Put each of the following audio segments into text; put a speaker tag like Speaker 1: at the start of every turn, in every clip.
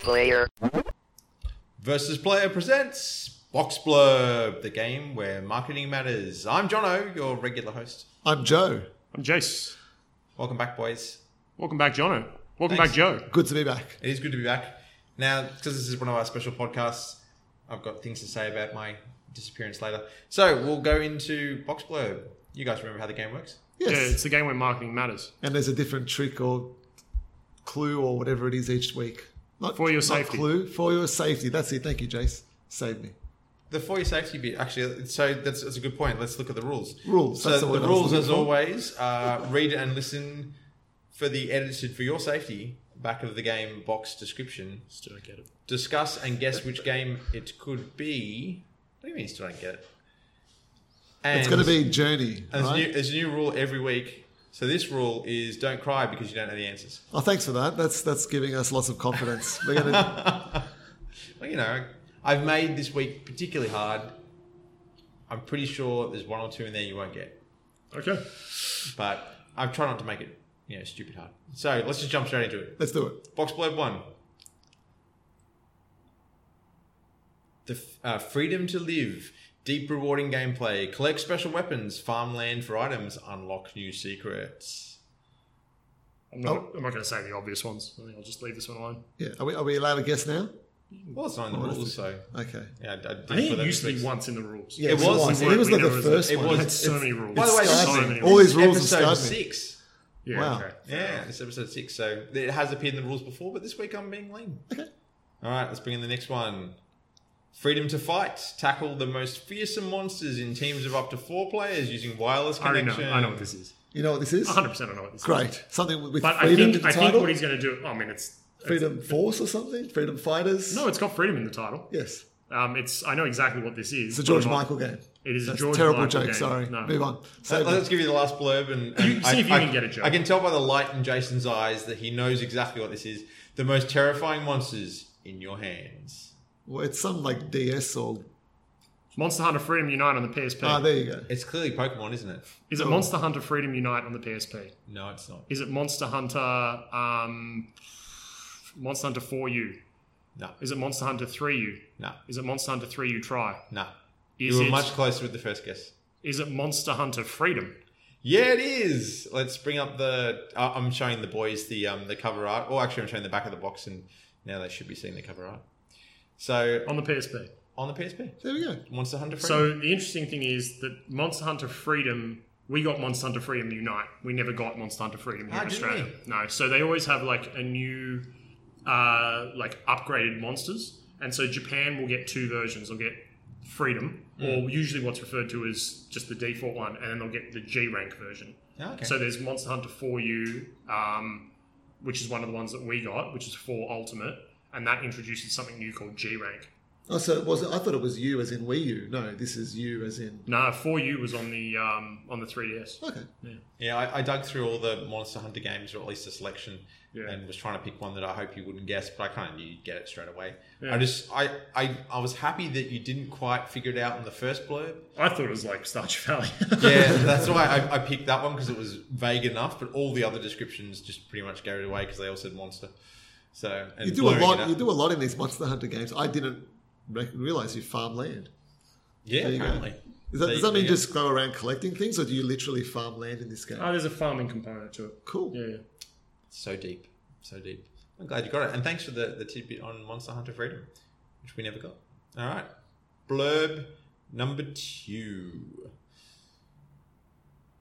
Speaker 1: player.
Speaker 2: Versus Player presents Box Blurb, the game where marketing matters. I'm Jono, your regular host.
Speaker 3: I'm Joe.
Speaker 4: I'm Jace.
Speaker 2: Welcome back, boys.
Speaker 4: Welcome back, Jono. Welcome
Speaker 2: Thanks.
Speaker 4: back, Joe.
Speaker 3: Good to be back.
Speaker 2: It is good to be back. Now, because this is one of our special podcasts, I've got things to say about my disappearance later. So we'll go into Box Blurb. You guys remember how the game works?
Speaker 3: Yes.
Speaker 4: Yeah, it's the game where marketing matters.
Speaker 3: and there's a different trick or clue or whatever it is each week. Not
Speaker 4: For your
Speaker 3: not
Speaker 4: safety.
Speaker 3: clue for your safety. That's it. Thank you, Jace. Save me.
Speaker 2: The for your safety bit, actually, so that's, that's a good point. Let's look at the rules.
Speaker 3: Rules,
Speaker 2: So
Speaker 3: that's the
Speaker 2: the,
Speaker 3: word I was
Speaker 2: rules,
Speaker 3: looking
Speaker 2: as
Speaker 3: for.
Speaker 2: always, uh, read and listen for the edited for your safety back of the game box description.
Speaker 4: Still don't get it.
Speaker 2: Discuss and guess which game it could be. What do you mean? Still don't get it? And
Speaker 3: It's going to be journey.
Speaker 2: and there's, a
Speaker 3: right?
Speaker 2: new, there's a new rule every week. So this rule is don't cry because you don't know the answers.
Speaker 3: Oh, thanks for that. That's that's giving us lots of confidence. We're gonna,
Speaker 2: Well, you know, I've made this week particularly hard. I'm pretty sure there's one or two in there you won't get,
Speaker 4: Okay.
Speaker 2: but I've tried not to make it, you know, stupid hard. So let's just jump straight into it.
Speaker 3: let's do it.
Speaker 2: Box blurb one. The f- uh, freedom to live, deep rewarding gameplay, collect special weapons, farmland for items, unlock new secrets.
Speaker 4: I'm not,
Speaker 3: Oh.
Speaker 4: I'm not going to say the obvious ones. I think I'll just leave this one alone.
Speaker 3: Yeah. Are we, are we allowed to guess now?
Speaker 2: Well, it's not in the
Speaker 3: Oh, that's
Speaker 2: rules, so
Speaker 3: Okay.
Speaker 2: yeah, I, I did
Speaker 4: I think
Speaker 2: put
Speaker 4: it
Speaker 2: that
Speaker 4: used to be
Speaker 2: fix.
Speaker 4: once in the rules.
Speaker 3: Yeah,
Speaker 2: It was-
Speaker 3: I think it was
Speaker 4: We
Speaker 3: like the
Speaker 4: never-
Speaker 3: first
Speaker 2: it
Speaker 3: one.
Speaker 2: was-
Speaker 4: That's so
Speaker 3: It's-
Speaker 4: many rules.
Speaker 2: By the way,
Speaker 4: so
Speaker 2: starting-
Speaker 4: many rules.
Speaker 3: all these rules have
Speaker 2: episode
Speaker 3: scared me.
Speaker 2: six.
Speaker 4: yeah,
Speaker 3: wow.
Speaker 4: okay.
Speaker 2: Yeah, it's episode six, so it has appeared in the rules before, but this week I'm being lean.
Speaker 3: Okay.
Speaker 2: All right, let's bring in the next one. Freedom to fight. Tackle the most fearsome monsters in teams of up to four players using wireless
Speaker 4: I already
Speaker 2: connection.
Speaker 4: know. I know what this is.
Speaker 3: You know what this is?
Speaker 4: 100% I know what this is.
Speaker 3: Great. Something with
Speaker 4: But I
Speaker 3: freedom in
Speaker 4: think,
Speaker 3: the
Speaker 4: I
Speaker 3: title.
Speaker 4: think what he's going to do. I mean, it's.
Speaker 3: freedom Force or something? Freedom Fighters?
Speaker 4: No, it's got freedom in the title.
Speaker 3: Yes.
Speaker 4: Um, it's. I know exactly what this
Speaker 3: It's
Speaker 4: is.
Speaker 3: a
Speaker 4: but
Speaker 3: George
Speaker 4: I'm not-
Speaker 3: Michael game.
Speaker 4: It is a
Speaker 3: That's
Speaker 4: George
Speaker 3: terrible
Speaker 4: Michael
Speaker 3: joke.
Speaker 4: game.
Speaker 3: Sorry.
Speaker 4: No.
Speaker 3: Move on.
Speaker 2: Uh,
Speaker 3: Save
Speaker 2: Let's
Speaker 3: it.
Speaker 2: give you the last blurb, and, and
Speaker 4: You- see if you
Speaker 2: I,
Speaker 4: can get it, Joe.
Speaker 2: I can tell by the light in Jason's eyes that he knows exactly what this is. The most terrifying monsters in your hands.
Speaker 3: Well, it's some like DS or
Speaker 4: Monster Hunter Freedom Unite on the PSP.
Speaker 3: ah, there you go.
Speaker 2: It's clearly Pokemon, isn't it?
Speaker 4: is it Monster Hunter Freedom Unite on the PSP?
Speaker 2: No, it's not.
Speaker 4: Is it Monster Hunter? Um, Monster Hunter 4U?
Speaker 2: No,
Speaker 4: Is it Monster Hunter 3U?
Speaker 2: no,
Speaker 4: Is it Monster Hunter 3U Try?
Speaker 2: no.
Speaker 4: Is
Speaker 2: You were
Speaker 4: it,
Speaker 2: much closer with the first guess.
Speaker 4: is it Monster Hunter Freedom?
Speaker 2: Yeah, it is. Let's bring up the. Uh, I'm showing the boys the um the cover art. Or actually, I'm showing the back of the box, and now they should be seeing the cover art. So
Speaker 4: On the PSP.
Speaker 2: on the PSP,
Speaker 3: There we go.
Speaker 2: Monster Hunter. Freedom.
Speaker 4: So the interesting thing is that Monster Hunter Freedom, we got Monster Hunter Freedom Unite. We never got Monster Hunter Freedom here
Speaker 2: Ah,
Speaker 4: in
Speaker 2: didn't
Speaker 4: Australia. No, so they always have like a new, uh, like upgraded monsters, and so Japan will get two versions. They'll get Freedom,
Speaker 2: Hmm.
Speaker 4: or usually what's referred to as just the default one, and then they'll get the G rank version.
Speaker 2: Ah, okay.
Speaker 4: So there's Monster Hunter 4U, um, which is one of the ones that we got, which is 4 Ultimate, and that introduces something new called G rank.
Speaker 3: Oh, so it wasn't. I thought it was you as in Wii U. No, this is you as in.
Speaker 4: Nah, 4U was on the um, on the 3DS.
Speaker 3: Okay.
Speaker 2: yeah, I, I dug through all the Monster Hunter games, or at least a selection,
Speaker 4: Yeah.
Speaker 2: and was trying to pick one that I hope you wouldn't guess, but I kind of knew you'd get it straight away.
Speaker 4: Yeah.
Speaker 2: I just, I, I, I was happy that you didn't quite figure it out in the first blurb.
Speaker 4: I thought it was like Stardew Valley.
Speaker 2: yeah, that's why I, I picked that one because it was vague enough. But all the other descriptions just pretty much gave it away because they all said monster. So and
Speaker 3: You do a
Speaker 2: blurring it
Speaker 3: lot.
Speaker 2: up.
Speaker 3: You do a lot in these Monster Hunter games. I didn't rec- realize you farm land.
Speaker 2: Yeah,
Speaker 3: There you go.
Speaker 2: apparently.
Speaker 3: Is that,
Speaker 2: There
Speaker 3: does
Speaker 2: you-
Speaker 3: that
Speaker 2: there
Speaker 3: mean
Speaker 2: you
Speaker 3: just go around collecting things, or do you literally farm land in this game?
Speaker 4: oh, there's a farming component to it.
Speaker 3: cool.
Speaker 4: Yeah, yeah.
Speaker 2: So deep, so deep. I'm glad you got it, and thanks for the the tidbit on Monster Hunter Freedom, which we never got. All right, blurb number two.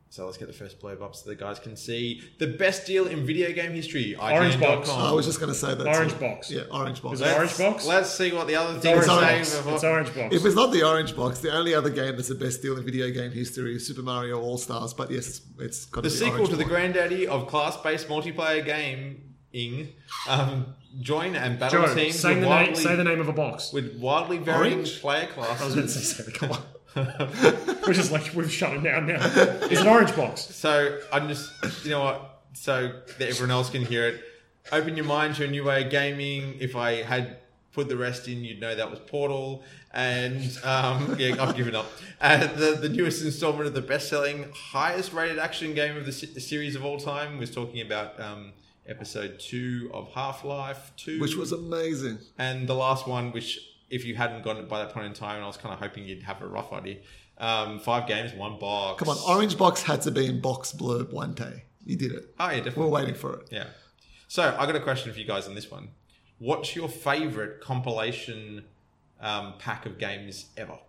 Speaker 2: So let's get the first blurb up so the guys can see the best deal in video game history.
Speaker 4: Orange box.
Speaker 2: IGN.com.
Speaker 3: I was just going to say that.
Speaker 4: Orange box.
Speaker 3: Yeah, orange box.
Speaker 4: Is it orange box?
Speaker 2: Let's see what the other things
Speaker 4: It's
Speaker 2: say.
Speaker 4: orange box.
Speaker 2: before-
Speaker 4: It's orange box.
Speaker 3: If it's not the orange box, the only other game that's the best deal in video game history is Super Mario All Stars. But yes, it's, it's got
Speaker 2: The
Speaker 3: be
Speaker 2: sequel
Speaker 3: orange
Speaker 2: to the
Speaker 3: box.
Speaker 2: granddaddy of class-based multiplayer gaming, um, join and battle
Speaker 4: Joe,
Speaker 2: teams
Speaker 4: say
Speaker 2: with
Speaker 4: the, name,
Speaker 2: wildly,
Speaker 4: say the name of a box.
Speaker 2: with wildly varying
Speaker 3: Orange?
Speaker 2: player
Speaker 4: I was
Speaker 2: classes.
Speaker 4: going to say, say the colour. We're just like, we've shut it down now. It's an orange box.
Speaker 2: So I'm just, you know what? So that everyone else can hear it. Open your mind to a new way of gaming. If I had put the rest in, you'd know that was Portal. And um, yeah, I've given up. Uh, the, the newest installment of the best-selling, highest-rated action game of the, se- the series of all time was talking about um, episode two of Half Life Two,
Speaker 3: which was amazing.
Speaker 2: and the last one, which if you hadn't gotten it by that point in time, and I was kind of hoping you'd have a rough idea. Um, five games, one box.
Speaker 3: Come on, Orange Box had to be in box blurb one day. You did it.
Speaker 2: Oh yeah, definitely.
Speaker 3: We're waiting for it.
Speaker 2: Yeah. So I got a question for you guys on this one. What's your favorite compilation um, pack of games ever?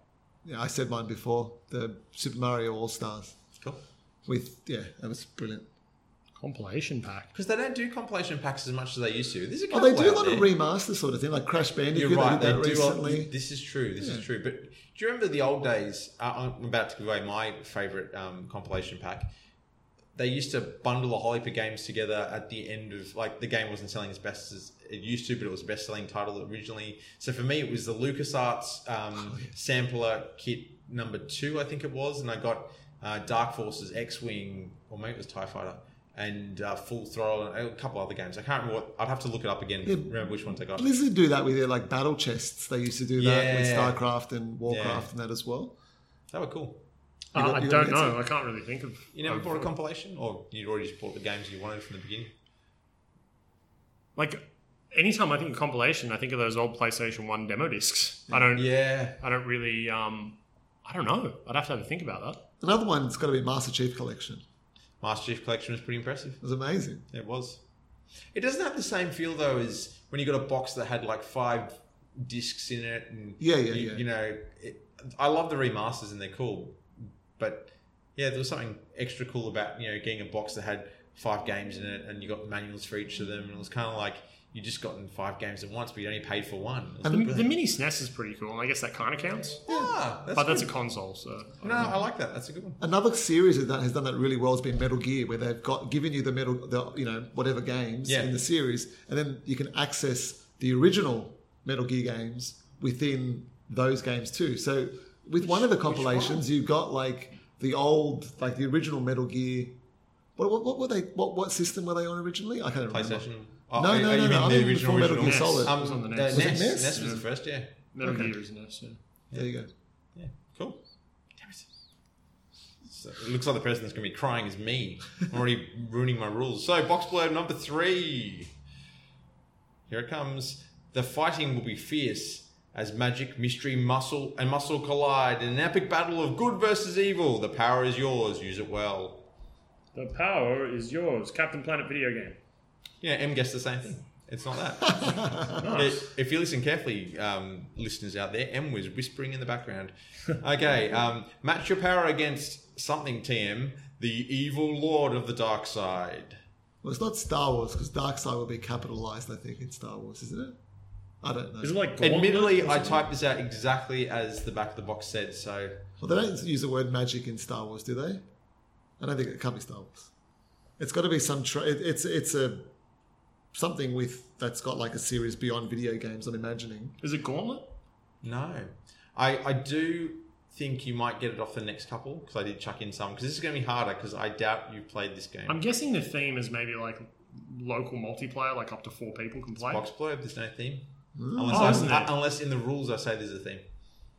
Speaker 3: Yeah, I said mine before the Super Mario All Stars.
Speaker 2: Cool.
Speaker 3: With yeah, that was brilliant.
Speaker 4: Compilation pack.
Speaker 2: Because they don't do compilation packs as much as they used to. There's a
Speaker 3: Oh,
Speaker 2: couple
Speaker 3: they do a
Speaker 2: out
Speaker 3: lot of
Speaker 2: there.
Speaker 3: remaster sort of thing, like Crash Bandicoot.
Speaker 2: You're right. They
Speaker 3: They did that
Speaker 2: do. all-
Speaker 3: recently.
Speaker 2: this is true. This is true. But do you remember the old days? I- I'm about to give away my favorite um, compilation pack. They used to bundle a whole heap of games together at the end of like the game wasn't selling as best as it used to, but it was a best selling title originally. So for me, it was the LucasArts um, sampler kit number two, I think it was, and I got uh, Dark Forces, X Wing, or maybe it was Tie Fighter. And uh, Full Throttle and a couple other games. I can't remember what. I'd have to look it up again. remember which ones I got.
Speaker 3: Blizzard do that with their like battle chests. They used to do that with
Speaker 2: Yeah.
Speaker 3: StarCraft and Warcraft
Speaker 2: Yeah.
Speaker 3: and that as well.
Speaker 2: They were cool.
Speaker 4: Uh,
Speaker 3: got-
Speaker 4: I
Speaker 3: you got
Speaker 4: don't
Speaker 3: an
Speaker 4: know. I can't really think of.
Speaker 2: You never
Speaker 4: of-
Speaker 2: bought a compilation, or you'd Oh, already just bought the games you wanted from the beginning.
Speaker 4: like anytime I think of compilation, I think of those old PlayStation One demo discs. I don't.
Speaker 2: Yeah,
Speaker 4: I don't really. Um, I don't know. I'd have to have a think about that.
Speaker 3: Another one's got to be Master Chief Collection.
Speaker 2: Master Chief Collection was pretty impressive.
Speaker 3: It was amazing.
Speaker 2: It was. It doesn't have the same feel though as when you got a box that had like five discs in it, and
Speaker 3: Yeah, yeah,
Speaker 2: you,
Speaker 3: yeah.
Speaker 2: you know, it, I love the remasters and they're cool, but yeah, there was something extra cool about you know getting a box that had five games in it, and you got manuals for each of them, and it was kind of like you just gotten five games at once, but you only paid for one. It was
Speaker 4: The,
Speaker 2: brilliant.
Speaker 4: the mini SNES is pretty cool, and I guess that kind of counts.
Speaker 2: Ah, that's
Speaker 4: but that's a
Speaker 2: good.
Speaker 4: console, so
Speaker 2: no, I like that. That's a good one.
Speaker 3: Another series that has done that really well has been Metal Gear, where they've got given you the metal, the you know whatever games
Speaker 2: Yeah.
Speaker 3: in the series, and then you can access the original Metal Gear games within those games too. So with one of the compilations, you got like the old, like the original Metal Gear. What, what, what were they? What, what system were they on originally? I can't remember.
Speaker 2: PlayStation. Oh,
Speaker 3: No,
Speaker 2: oh,
Speaker 3: no,
Speaker 2: oh, you
Speaker 3: no,
Speaker 2: mean
Speaker 3: no, I
Speaker 2: the
Speaker 3: mean
Speaker 2: original,
Speaker 3: before Metal
Speaker 2: original.
Speaker 3: Gear
Speaker 4: NES.
Speaker 3: Solid.
Speaker 2: Um,
Speaker 4: was on the
Speaker 2: uh, NES.
Speaker 4: NES. Was it
Speaker 3: NES?
Speaker 2: NES was the first, yeah.
Speaker 4: Metal
Speaker 3: Okay.
Speaker 4: Gear is NES. Yeah.
Speaker 3: There you go.
Speaker 2: Yeah, cool. Damn it. So it looks like the person that's going to be crying is me. I'm already ruining my rules. So, box blurb number three. Here it comes. The fighting will be fierce as magic, mystery, muscle, and muscle collide in an epic battle of good versus evil. The power is yours. Use it well.
Speaker 4: The power is yours, Captain Planet video game.
Speaker 2: Yeah, M guessed the same thing. It's not that.
Speaker 4: Nice.
Speaker 2: If you listen carefully, um, listeners out there, M was whispering in the background. Okay, um, match your power against something, TM, the evil lord of the dark side.
Speaker 3: Well, it's not Star Wars because Dark Side will be capitalized, I think, in Star Wars, isn't it? I don't know.
Speaker 4: Is it like
Speaker 2: Admittedly, I
Speaker 4: Gauntlet?
Speaker 2: typed this out exactly as the back of the box said, so
Speaker 3: Well, they don't use the word magic in Star Wars, do they? I don't think it can be Star Wars. It's got to be some. Tra- it, it's it's a something with that's got like a series beyond video games. I'm imagining.
Speaker 4: Is it Gauntlet?
Speaker 2: no. I, I do think you might get it off the next couple because I did chuck in some because this is going to be harder because I doubt you've played this game.
Speaker 4: I'm guessing the theme is maybe like local multiplayer, like up to four people can play.
Speaker 2: box blurb, there's no theme.
Speaker 4: Oh,
Speaker 2: Unless,
Speaker 4: isn't
Speaker 2: I,
Speaker 4: there?
Speaker 2: unless in the rules I say there's a theme.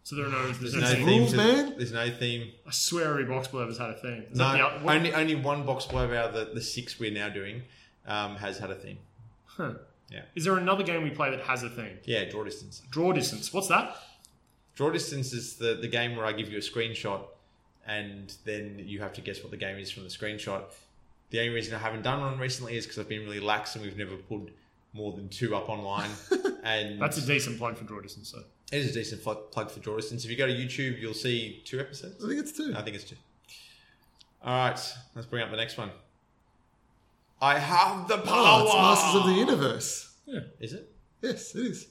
Speaker 4: So there are no.
Speaker 2: There's
Speaker 4: There's no
Speaker 2: no
Speaker 4: theme.
Speaker 2: theme.
Speaker 3: Rules,
Speaker 2: to-
Speaker 3: man?
Speaker 2: There's no theme.
Speaker 4: I swear every box blurb has had a theme. Is that
Speaker 2: No,
Speaker 4: the- what-
Speaker 2: only only one box blurb out of the, the six we're now doing um, has had a theme.
Speaker 4: Huh.
Speaker 2: Yeah.
Speaker 4: Is there another game we play that has a theme?
Speaker 2: Yeah, draw distance.
Speaker 4: Draw distance. What's that?
Speaker 2: Draw distance is the, the game where I give you a screenshot and then you have to guess what the game is from the screenshot. The only reason I haven't done one recently is because I've been really lax and we've never put more than two up online. and
Speaker 4: That's a decent plug for draw distance, though.
Speaker 2: it is a decent fl- plug for draw distance. If you go to YouTube, you'll see two episodes.
Speaker 3: I think it's two.
Speaker 2: I think it's two. All right, let's bring up the next one. I have the power.
Speaker 3: Oh, it's Masters of the Universe.
Speaker 2: Is it?
Speaker 3: Yes, it is.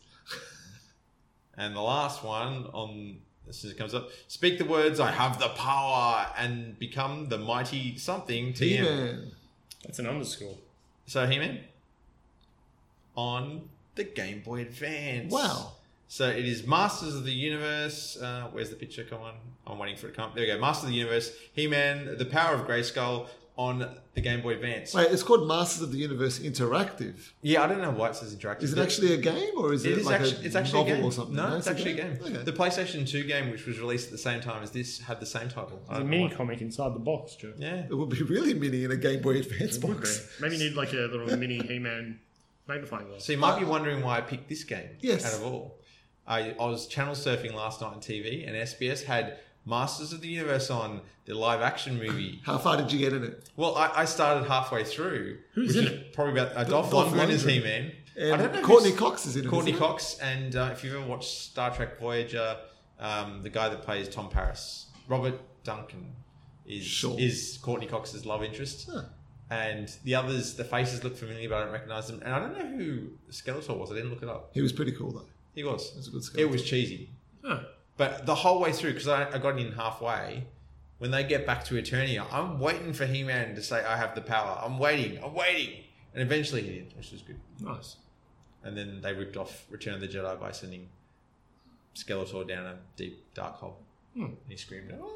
Speaker 2: And the last one on as soon as it comes up, speak the words "I have the power" and become the mighty something TM.
Speaker 3: He-Man.
Speaker 4: That's an underscore.
Speaker 2: So He-Man on the Game Boy Advance.
Speaker 3: Wow.
Speaker 2: So it is Masters of the Universe. Uh, where's the picture? Come on. I'm waiting for it to come. There we go. Masters of the Universe, He Man, The Power of Grayskull, on the Game Boy Advance.
Speaker 3: Wait, it's called Masters of the Universe Interactive.
Speaker 2: Yeah, I don't know why it says interactive.
Speaker 3: Is it actually a game or is it,
Speaker 2: It is
Speaker 3: like
Speaker 2: actually,
Speaker 3: a
Speaker 2: it's actually
Speaker 3: novel
Speaker 2: a game.
Speaker 3: or something?
Speaker 2: No, it's, actually a game.
Speaker 3: Okay.
Speaker 2: The PlayStation 2 game, which was released at the same time as this, had the same title. I
Speaker 1: a
Speaker 2: don't know
Speaker 1: mini
Speaker 2: why.
Speaker 1: comic inside the box, Joe.
Speaker 2: Yeah.
Speaker 3: it would be really mini in a Game Boy Advance box.
Speaker 4: Maybe you need like a little mini He-Man magnifying glass.
Speaker 2: So you might be wondering why I picked this game
Speaker 3: Uh, Yes.
Speaker 2: out of all. I, I was channel surfing last night on TV, and SBS had Masters of the Universe on the live action movie.
Speaker 3: How far did you get in it?
Speaker 2: Well, I, I started halfway through.
Speaker 4: Who's
Speaker 2: which
Speaker 4: in
Speaker 2: is
Speaker 4: it?
Speaker 2: Probably about uh, Dolph,
Speaker 3: Dolph
Speaker 2: Lundgren is
Speaker 3: Lundgren.
Speaker 2: He Man.
Speaker 3: And
Speaker 2: I don't know.
Speaker 3: Courtney
Speaker 2: who's-
Speaker 3: Cox is in it.
Speaker 2: Courtney
Speaker 3: isn't it?
Speaker 2: Cox, and uh, if you've ever watched Star Trek Voyager, um, the guy that plays Tom Paris, Robert Duncan, is
Speaker 3: Sure.
Speaker 2: is Courtney Cox's love interest.
Speaker 3: Huh.
Speaker 2: And the others, the faces look familiar, but I don't recognize them. And I don't know who Skeletor was. I didn't look it up.
Speaker 3: He was pretty cool though.
Speaker 2: He was.
Speaker 3: He was a good
Speaker 2: It
Speaker 3: skeleton.
Speaker 2: was cheesy.
Speaker 4: Huh.
Speaker 2: But the whole way through, because I, I got in halfway, when they get back to Eternia, I'm waiting for He Man to say, I have the power. I'm waiting. I'm waiting. And eventually he did, which was good.
Speaker 4: Nice.
Speaker 2: And then they ripped off Return of the Jedi by sending Skeletor down a deep, dark hole.
Speaker 3: Hmm.
Speaker 2: And he screamed, oh.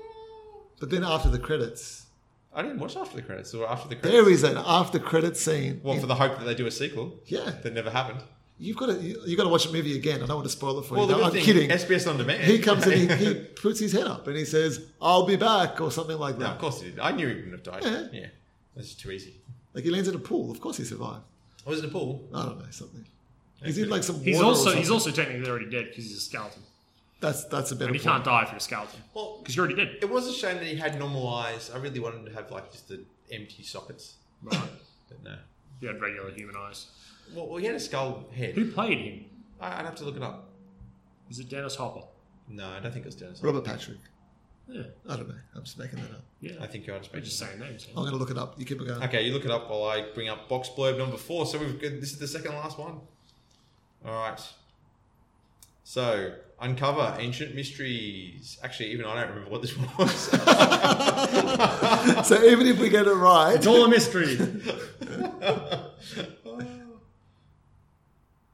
Speaker 3: But then after the credits,
Speaker 2: I didn't watch after the credits, or after the credits.
Speaker 3: there is an after credit scene.
Speaker 2: well,
Speaker 3: in-
Speaker 2: for the hope that they do a sequel
Speaker 3: yeah,
Speaker 2: that never happened.
Speaker 3: you've got to you, have got to watch the movie again. I don't want to spoil it for
Speaker 2: Well,
Speaker 3: you.
Speaker 2: the
Speaker 3: No,
Speaker 2: good
Speaker 3: I'm
Speaker 2: thing,
Speaker 3: kidding.
Speaker 2: SBS on demand.
Speaker 3: he comes in, he, he puts his head up and he says, "I'll be back" or something like
Speaker 2: no, of
Speaker 3: that.
Speaker 2: course he did. I knew he wouldn't have died.
Speaker 3: Yeah.
Speaker 2: Yeah, that's too easy.
Speaker 3: Like he lands in a pool. Of course he survived.
Speaker 2: Was it a pool?
Speaker 3: I don't know something. He's in like some.
Speaker 4: He's
Speaker 3: water or
Speaker 4: also he's
Speaker 3: something.
Speaker 4: also technically already dead because he's a skeleton,
Speaker 3: That's that's a better.
Speaker 4: and you
Speaker 3: Point.
Speaker 4: can't die if you're a skeleton
Speaker 2: Well,
Speaker 4: because you're already dead.
Speaker 2: it was a shame that he had normal eyes. I really wanted to have like just the empty sockets,
Speaker 4: Right.
Speaker 2: but no.
Speaker 4: You had regular human eyes.
Speaker 2: Well, well he had a skull head.
Speaker 4: Who played him?
Speaker 2: I- I'd have to look it up.
Speaker 4: Was it Dennis Hopper?
Speaker 2: No, I don't think it was Dennis.
Speaker 3: Robert Patrick.
Speaker 4: Yeah.
Speaker 3: I don't know. I'm just making that up.
Speaker 4: Yeah.
Speaker 2: I think you're on
Speaker 4: We're just saying names.
Speaker 3: I'm going to look it up. You keep it going.
Speaker 2: Okay, you look it up while I bring up box blurb number four. So we've got, this is the second last one. All right. So uncover ancient mysteries. Actually, even I don't remember what this one was.
Speaker 3: So even if we get it right,
Speaker 1: It's all a mystery.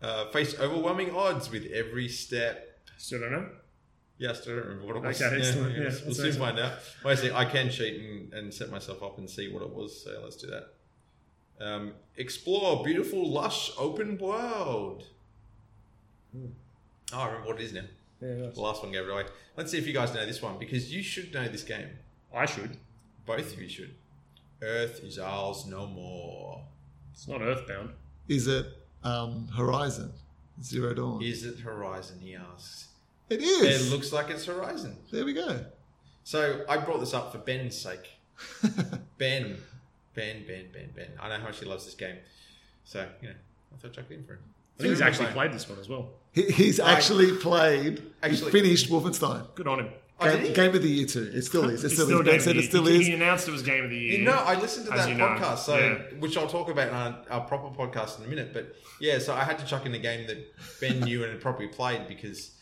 Speaker 2: uh, face overwhelming odds with every step.
Speaker 1: Still don't know.
Speaker 2: Yeah, I still don't remember what it was.
Speaker 1: Okay, excellent.
Speaker 2: we'll-
Speaker 1: Yeah,
Speaker 2: we'll
Speaker 1: that's
Speaker 2: soon
Speaker 1: excellent.
Speaker 2: find out. Wait a sec, I can cheat and, and set myself up and see what it was. So let's do that. Um, explore beautiful, lush, open world. Oh, I remember what it is now.
Speaker 1: Yeah, nice.
Speaker 2: The last one gave it away. Let's see if you guys know this one because you should know this game.
Speaker 4: I should.
Speaker 2: Both of you should. Earth is ours no more.
Speaker 4: It's not Earthbound.
Speaker 3: is it um, Horizon Zero Dawn?
Speaker 2: Is it Horizon? He asks.
Speaker 3: It
Speaker 2: It
Speaker 3: is.
Speaker 2: looks like it's Horizon.
Speaker 3: there we go.
Speaker 2: So I brought this up for Ben's sake. Ben, Ben, Ben, Ben, Ben. I know how much he loves this game. So, you know, I thought Chuck in for him.
Speaker 4: I think he's
Speaker 2: Super
Speaker 4: actually
Speaker 2: fine.
Speaker 4: played this one as well.
Speaker 3: He, he's
Speaker 2: I-
Speaker 3: actually played.
Speaker 2: Actually-
Speaker 3: Actually, finished Wolfenstein.
Speaker 4: Good on him.
Speaker 2: Oh, did
Speaker 3: Game,
Speaker 2: he?
Speaker 3: game of the year too. It still is. It
Speaker 4: It's
Speaker 3: still,
Speaker 4: still
Speaker 3: is.
Speaker 4: game
Speaker 3: Ben
Speaker 4: of the
Speaker 3: said
Speaker 4: year.
Speaker 3: it still
Speaker 4: He-
Speaker 3: is.
Speaker 4: He announced it was game of the year.
Speaker 2: No, I listened to
Speaker 4: As
Speaker 2: that
Speaker 4: you know,
Speaker 2: podcast, so
Speaker 4: yeah.
Speaker 2: which I'll talk about in our, our proper podcast in a minute. But yeah, so I had to chuck in a game that Ben knew and had probably played because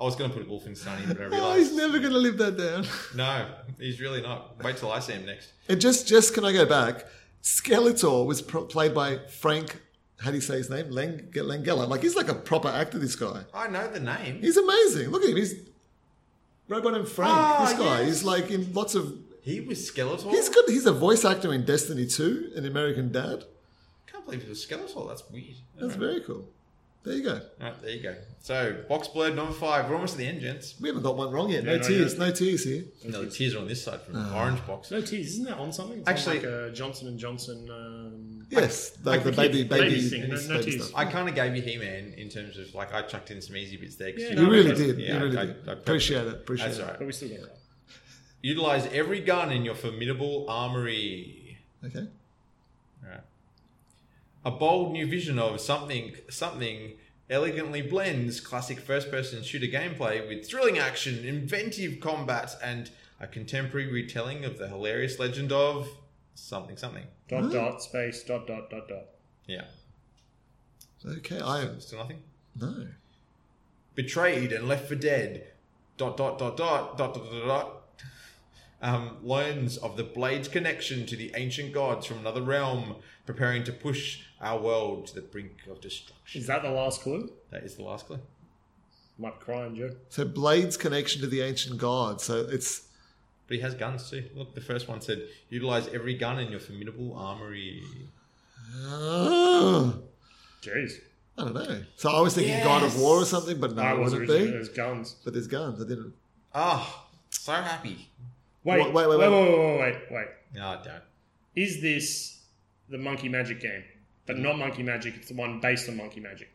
Speaker 2: I was going to put Wolfenstein in, but I
Speaker 3: Oh,
Speaker 2: realised
Speaker 3: he's never going to live that down.
Speaker 2: no, he's really not. Wait till I see him next.
Speaker 3: And just, just can I go back? Skeletor was pro- played by Frank. How do you say his name? Lang- Langella. Like he's like a proper actor. This guy.
Speaker 2: I know the name.
Speaker 3: He's amazing. Look at him. He's Robot and Frank.
Speaker 2: Ah,
Speaker 3: this guy.
Speaker 2: yes.
Speaker 3: He's like in lots of.
Speaker 2: He was Skeletor.
Speaker 3: He's good. He's a voice actor in Destiny 2 and American Dad.
Speaker 2: Can't believe he was Skeletor. That's weird.
Speaker 3: That's very cool. There you go.
Speaker 2: All right, there you go. So box blurb number five. We're almost at the end, gents.
Speaker 3: We haven't got one wrong yet. No
Speaker 4: Yeah, not
Speaker 3: tears.
Speaker 4: yet.
Speaker 3: No tears here.
Speaker 2: No, the tears are on this side from
Speaker 3: Ah.
Speaker 2: the orange box.
Speaker 4: No tease, isn't that on something? It's
Speaker 2: Actually-
Speaker 4: on like a Johnson and Johnson. Um,
Speaker 3: Yes.
Speaker 2: I
Speaker 3: Like the
Speaker 2: could
Speaker 3: baby,
Speaker 4: keep- baby
Speaker 3: baby,
Speaker 4: thing,
Speaker 3: baby,
Speaker 4: no- no tears.
Speaker 3: stuff.
Speaker 2: I kind of gave you He-Man in terms of like I chucked in some easy bits there. 'cause
Speaker 4: Yeah,
Speaker 2: you-
Speaker 4: no,
Speaker 3: You really
Speaker 4: because-
Speaker 3: did.
Speaker 2: yeah,
Speaker 3: you really
Speaker 2: I- I- I
Speaker 3: did.
Speaker 2: probably-
Speaker 3: appreciate it. Appreciate
Speaker 2: That's
Speaker 3: it.
Speaker 2: all right.
Speaker 4: but we still got it. right.
Speaker 2: Utilize every gun in your formidable armory.
Speaker 3: Okay.
Speaker 2: All right. A bold new vision of something something elegantly blends classic first-person shooter gameplay with thrilling action, inventive combat, and a contemporary retelling of the hilarious legend of something something.
Speaker 1: Dot dot space dot dot dot dot.
Speaker 2: Yeah,
Speaker 3: Okay. I
Speaker 2: still nothing.
Speaker 3: no.
Speaker 2: betrayed and left for dead. Dot dot dot dot dot dot dot. dot. Um, learns of the blade's connection to the ancient gods from another realm, preparing to push our world to the brink of destruction.
Speaker 1: Is that the last clue?
Speaker 2: That is the last clue.
Speaker 1: Might cry, Joe.
Speaker 3: So Blade's connection to the ancient gods. So it's
Speaker 2: But he has guns too. Look, the first one said, "Utilize every gun in your formidable armory."
Speaker 3: Ah,
Speaker 1: Jeez.
Speaker 3: I don't know. So I was thinking God of War or something, but no,
Speaker 1: I
Speaker 3: it
Speaker 1: was
Speaker 3: wouldn't
Speaker 1: originally
Speaker 3: be.
Speaker 1: those guns.
Speaker 3: But there's guns. I didn't.
Speaker 2: Ah, so happy.
Speaker 1: Wait,
Speaker 3: Wait,
Speaker 1: wait,
Speaker 3: wait,
Speaker 1: wait,
Speaker 3: wait,
Speaker 1: wait, wait, wait, wait, wait.
Speaker 2: No, I don't.
Speaker 1: Is this the Monkey Magic game? But not Monkey Magic. It's the one based on Monkey Magic.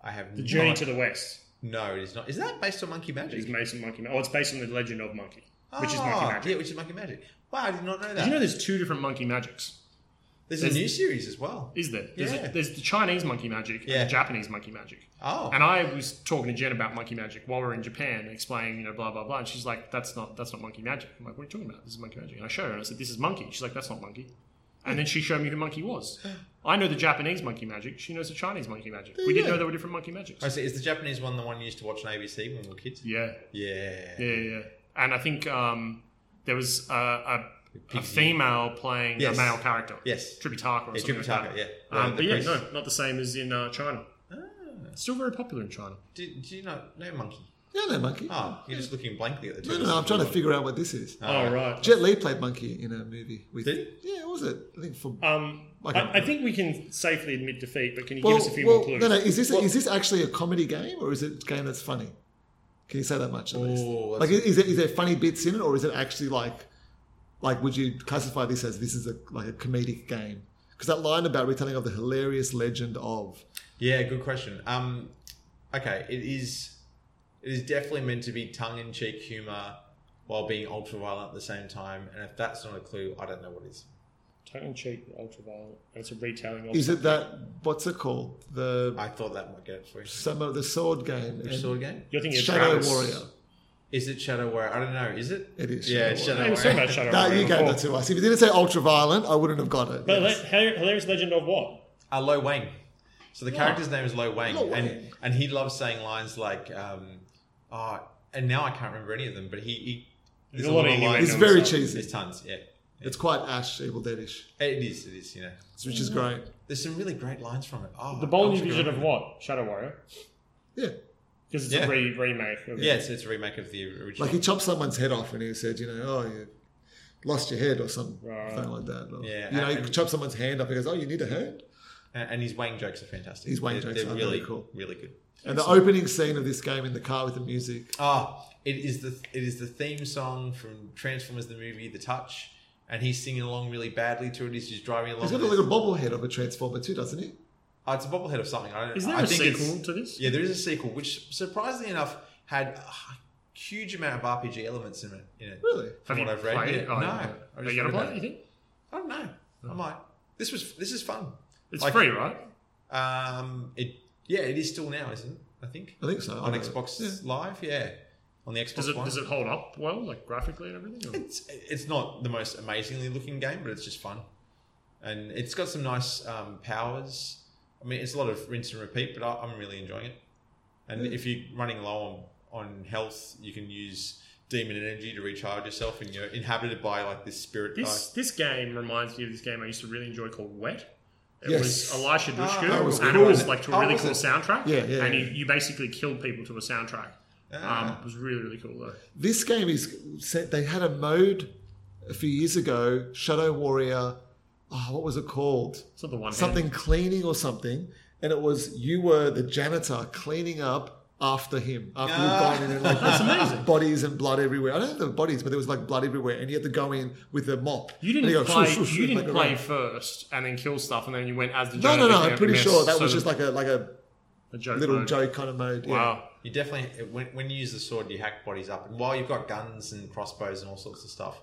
Speaker 2: I have
Speaker 1: The Journey
Speaker 2: no,
Speaker 1: to the West
Speaker 2: No, it is not. Is that based on Monkey Magic?
Speaker 1: is based on Monkey. Ma- Oh, it's based on the Legend of Monkey, which is
Speaker 2: Ah,
Speaker 1: Monkey Magic.
Speaker 2: Yeah, which is Monkey Magic. Wow, I did not know that.
Speaker 4: Did you know there's two different monkey magics?
Speaker 2: there's,
Speaker 4: there's-
Speaker 2: a new series as well.
Speaker 4: Is there? There's,
Speaker 2: Yeah.
Speaker 4: there's the Chinese monkey magic
Speaker 2: Yeah.
Speaker 4: and the Japanese monkey magic.
Speaker 2: Oh,
Speaker 4: And I was talking to Jen about monkey magic while we were in Japan, explaining, you know, blah blah blah. And she's like, "That's not that's not monkey magic." I'm like, "What are you talking about? This is monkey magic." And I showed her, and I said, "This is monkey." She's like, "That's not monkey." And then she showed me who monkey was. I know the Japanese monkey magic. She knows the Chinese monkey magic. We didn't know there were different monkey magics.
Speaker 2: I see. Is the Japanese one the one you used to watch on ABC when we were kids?
Speaker 4: Yeah,
Speaker 2: Yeah.
Speaker 4: yeah, yeah. yeah. And I think um, there was a, a, a
Speaker 2: Piggy.
Speaker 4: female playing
Speaker 2: Yes.
Speaker 4: a male character.
Speaker 2: Yes.
Speaker 4: Tripitaka or
Speaker 2: Yeah,
Speaker 4: something.
Speaker 2: Jimmy
Speaker 4: like
Speaker 2: Tucker,
Speaker 4: that.
Speaker 2: yeah.
Speaker 4: Um,
Speaker 2: The
Speaker 4: but yeah,
Speaker 2: priest.
Speaker 4: no, not the same as in uh, China.
Speaker 2: Ah.
Speaker 4: It's still very popular in China.
Speaker 2: Did, did you not know Monkey?
Speaker 3: Yeah, no monkey.
Speaker 2: Oh, you're just looking blankly at the two.
Speaker 3: no, no, no. I'm trying to figure out what this is.
Speaker 4: Ah.
Speaker 1: Oh right.
Speaker 3: Jet Li played monkey in a movie. With,
Speaker 2: Did he?
Speaker 3: yeah, what was it? I think for.
Speaker 1: Um,
Speaker 3: Okay.
Speaker 1: I, I think we can safely admit defeat, but can you
Speaker 3: well,
Speaker 1: give us a few
Speaker 3: well,
Speaker 1: more clues?
Speaker 3: no, no. Is this
Speaker 1: Well-
Speaker 3: is this actually a comedy game or is it a game that's funny? Can you say that much at least?
Speaker 2: Oh,
Speaker 3: Like, is there, is there funny bits in it or is it actually like, like, would you classify this as this is a like a comedic game? Because that line about retelling of the hilarious legend of
Speaker 2: yeah, good question. Um, okay, it is. It is definitely meant to be tongue-in-cheek humor while being ultra-violent at the same time. And if that's not a clue, I don't know what is.
Speaker 1: Tongue in cheek, ultraviolet. oh, It's a retelling. Of
Speaker 3: is it that what's it called the
Speaker 2: I thought that might get it for you.
Speaker 3: some of the sword game
Speaker 2: Which
Speaker 3: and
Speaker 2: sword game?
Speaker 1: You're thinking of
Speaker 3: Shadow
Speaker 1: Travis.
Speaker 3: Warrior?
Speaker 2: Is it Shadow Warrior? I don't know. Is it?
Speaker 3: It is
Speaker 2: Yeah, it's
Speaker 1: Hey, we're
Speaker 2: Shadow
Speaker 3: Shadow
Speaker 2: Warrior.
Speaker 1: talking about Shadow
Speaker 3: No,
Speaker 1: Warrior
Speaker 3: you gave
Speaker 1: before.
Speaker 3: that to us. If you didn't say ultra violent, I wouldn't have got it.
Speaker 1: But
Speaker 3: Yes.
Speaker 1: le- Hil- hilarious legend of what?
Speaker 2: Uh, Lo Wang. So the character's name is Lo Wang,
Speaker 3: Lo Wang.
Speaker 2: and and he loves saying lines like, um, oh, and now I can't remember any of them, but he, he
Speaker 1: There's a lot of
Speaker 2: lines.
Speaker 1: innuendo
Speaker 3: It's very
Speaker 1: and stuff.
Speaker 3: cheesy.
Speaker 2: There's tons, yeah.
Speaker 3: It's quite Ash Evil Deadish,
Speaker 2: It is, it is, you know.
Speaker 3: which is great.
Speaker 2: There's some really great lines from it. Oh,
Speaker 1: The bold
Speaker 2: I'll
Speaker 1: new
Speaker 2: figure
Speaker 1: vision
Speaker 2: it
Speaker 1: of
Speaker 2: out.
Speaker 1: what? Shadow Warrior.
Speaker 3: Yeah,
Speaker 1: Because it's
Speaker 2: Yeah.
Speaker 1: a re- remake. Of
Speaker 2: Yeah, it's, it's a remake of the original.
Speaker 3: like he chopped someone's head off and he said, you know, oh, you lost your head or something,
Speaker 1: Right.
Speaker 3: something like that. Or,
Speaker 2: Yeah,
Speaker 3: you know, he
Speaker 2: and-
Speaker 3: chopped someone's hand off. He goes, oh, you need a hand.
Speaker 2: and, and his Wang jokes are fantastic.
Speaker 3: His Wang
Speaker 2: They're-
Speaker 3: jokes
Speaker 2: they're
Speaker 3: are
Speaker 2: really
Speaker 3: very cool.
Speaker 2: Really good.
Speaker 3: And the opening scene of this game in the car with the music.
Speaker 2: Ah, it is the it is the theme song from Transformers the movie, The Touch, and he's singing along really badly to it. He's just driving along.
Speaker 3: He's got a
Speaker 2: with
Speaker 3: little bobblehead of a transformer too, doesn't he?
Speaker 2: Oh, it's a bobblehead of something. I don't.
Speaker 4: Is there
Speaker 2: I
Speaker 4: a
Speaker 2: think it's-
Speaker 4: sequel to this?
Speaker 2: Yeah, there is a sequel, which surprisingly enough had a huge amount of RPG elements in it. In it
Speaker 3: Really?
Speaker 2: from what I've read.
Speaker 4: played
Speaker 2: Yeah,
Speaker 4: it? Oh,
Speaker 2: no,
Speaker 4: yeah.
Speaker 2: I
Speaker 4: Are
Speaker 2: just
Speaker 4: you
Speaker 2: read
Speaker 4: gonna play
Speaker 2: about
Speaker 4: it?
Speaker 2: it.
Speaker 4: You think
Speaker 2: I don't know. I might. This was this is fun.
Speaker 4: it's
Speaker 2: Like-
Speaker 4: free, right?
Speaker 2: Um, it yeah, it is still now, isn't it? I think
Speaker 3: I think so. I
Speaker 2: on
Speaker 3: don't know.
Speaker 2: Xbox
Speaker 3: Yeah.
Speaker 2: Live. Yeah, on the Xbox
Speaker 4: Does it
Speaker 2: One.
Speaker 4: does it hold up well, like graphically and everything? Or?
Speaker 2: It's it's not the most amazingly looking game, but it's just fun, and it's got some nice um, powers. I mean, it's a lot of rinse and repeat, but I, I'm really enjoying it.
Speaker 4: Mm.
Speaker 2: And if you're running low on, on health, you can use demon energy to recharge yourself, and you're inhabited by like this spirit.
Speaker 4: This this game reminds me of this game I used to really enjoy called Wet. It
Speaker 3: Yes.
Speaker 4: was Elisha Dushku,
Speaker 2: that
Speaker 3: was
Speaker 4: and
Speaker 3: cool.
Speaker 4: it was like to a
Speaker 2: Ah, Oh,
Speaker 4: really
Speaker 2: was
Speaker 4: cool
Speaker 2: it?
Speaker 4: soundtrack.
Speaker 3: Yeah, yeah,
Speaker 4: And
Speaker 3: yeah.
Speaker 4: You, you basically killed people to a soundtrack.
Speaker 2: guy.
Speaker 4: Um,
Speaker 2: Ah.
Speaker 4: it was really really cool though.
Speaker 3: This game is set. They had a mode a few years ago, Shadow Warrior. Oh, what was it called?
Speaker 4: It's not the one.
Speaker 3: Something cleaning or something. And it was you were the janitor cleaning up after him, after you've
Speaker 2: Ah.
Speaker 3: gone in and like
Speaker 4: That's amazing.
Speaker 3: bodies and blood everywhere. I don't know the bodies, but there was like blood everywhere, and you had to go in with a mop.
Speaker 4: You
Speaker 3: And
Speaker 4: didn't
Speaker 3: go,
Speaker 4: play.
Speaker 3: "Shoo, shoo, shoo,"
Speaker 4: you didn't
Speaker 3: make a
Speaker 4: play
Speaker 3: run.
Speaker 4: first and then kill stuff, and then you went as the.
Speaker 3: No,
Speaker 4: giant
Speaker 3: no, no.
Speaker 4: picking
Speaker 3: I'm
Speaker 4: up
Speaker 3: pretty
Speaker 4: mess,
Speaker 3: sure that
Speaker 4: so
Speaker 3: was just like a like a
Speaker 4: a joke
Speaker 3: little
Speaker 4: mode.
Speaker 3: joke kind of mode. yeah.
Speaker 4: Wow.
Speaker 2: You definitely when, when you use the sword, you hack bodies up, and while you've got guns and crossbows and all sorts of stuff,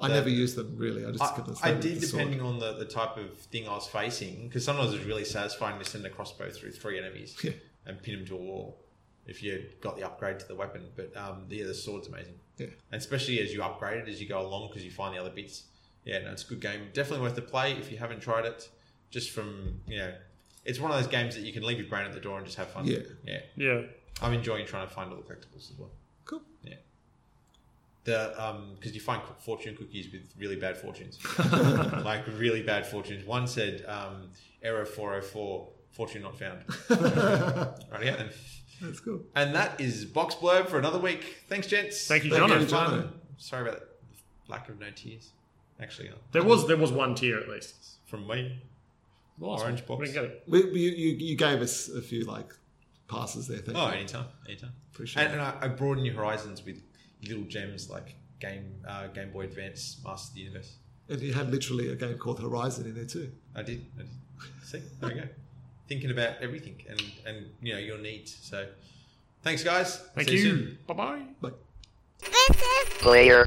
Speaker 3: I
Speaker 2: the-
Speaker 3: never used them really. I just
Speaker 2: I,
Speaker 3: kept them
Speaker 2: I
Speaker 3: straight
Speaker 2: did
Speaker 3: with the sword.
Speaker 2: depending on the, the type of thing I was facing because sometimes it was really satisfying to send a crossbow through three enemies
Speaker 3: Yeah.
Speaker 2: and pin them to a wall if you got the upgrade to the weapon. But um, yeah, the sword's amazing,
Speaker 3: Yeah.
Speaker 2: and especially as you upgrade it as you go along because you find the other bits. Yeah, no, it's a good game. Definitely worth the play if you haven't tried it. Just from you know, it's one of those games that you can leave your brain at the door and just have fun.
Speaker 3: Yeah.
Speaker 2: yeah.
Speaker 4: Yeah.
Speaker 2: I'm enjoying trying to find all the collectibles as well.
Speaker 3: Cool.
Speaker 2: The um because you find co- fortune cookies with really bad fortunes, like really bad fortunes. One said um, error four hundred four, fortune not found. right, yeah, then.
Speaker 3: That's cool.
Speaker 2: and that is box blurb for another week. Thanks, gents.
Speaker 4: Thank you,
Speaker 3: Thank
Speaker 4: Jono.
Speaker 3: you, Jono.
Speaker 2: Fun. Sorry about the lack of no tears. Actually, uh,
Speaker 4: There was there was one tier at least.
Speaker 2: from me, orange
Speaker 4: We
Speaker 2: box.
Speaker 4: didn't get it.
Speaker 3: We, you, you, you gave us a few like passes there. Thank
Speaker 2: Oh,
Speaker 3: you.
Speaker 2: anytime, anytime.
Speaker 3: Appreciate
Speaker 2: And,
Speaker 3: it.
Speaker 2: and I, I broaden your horizons with little gems like Game uh, Game Boy Advance, Master of the Universe.
Speaker 3: And you had literally a game called Horizon in there too.
Speaker 2: I did. I did. See, there we go. Thinking about everything and and you know your needs. So, thanks, guys.
Speaker 4: Thank
Speaker 2: See
Speaker 4: you.
Speaker 2: soon.
Speaker 4: Bye bye.
Speaker 3: But
Speaker 5: This is Player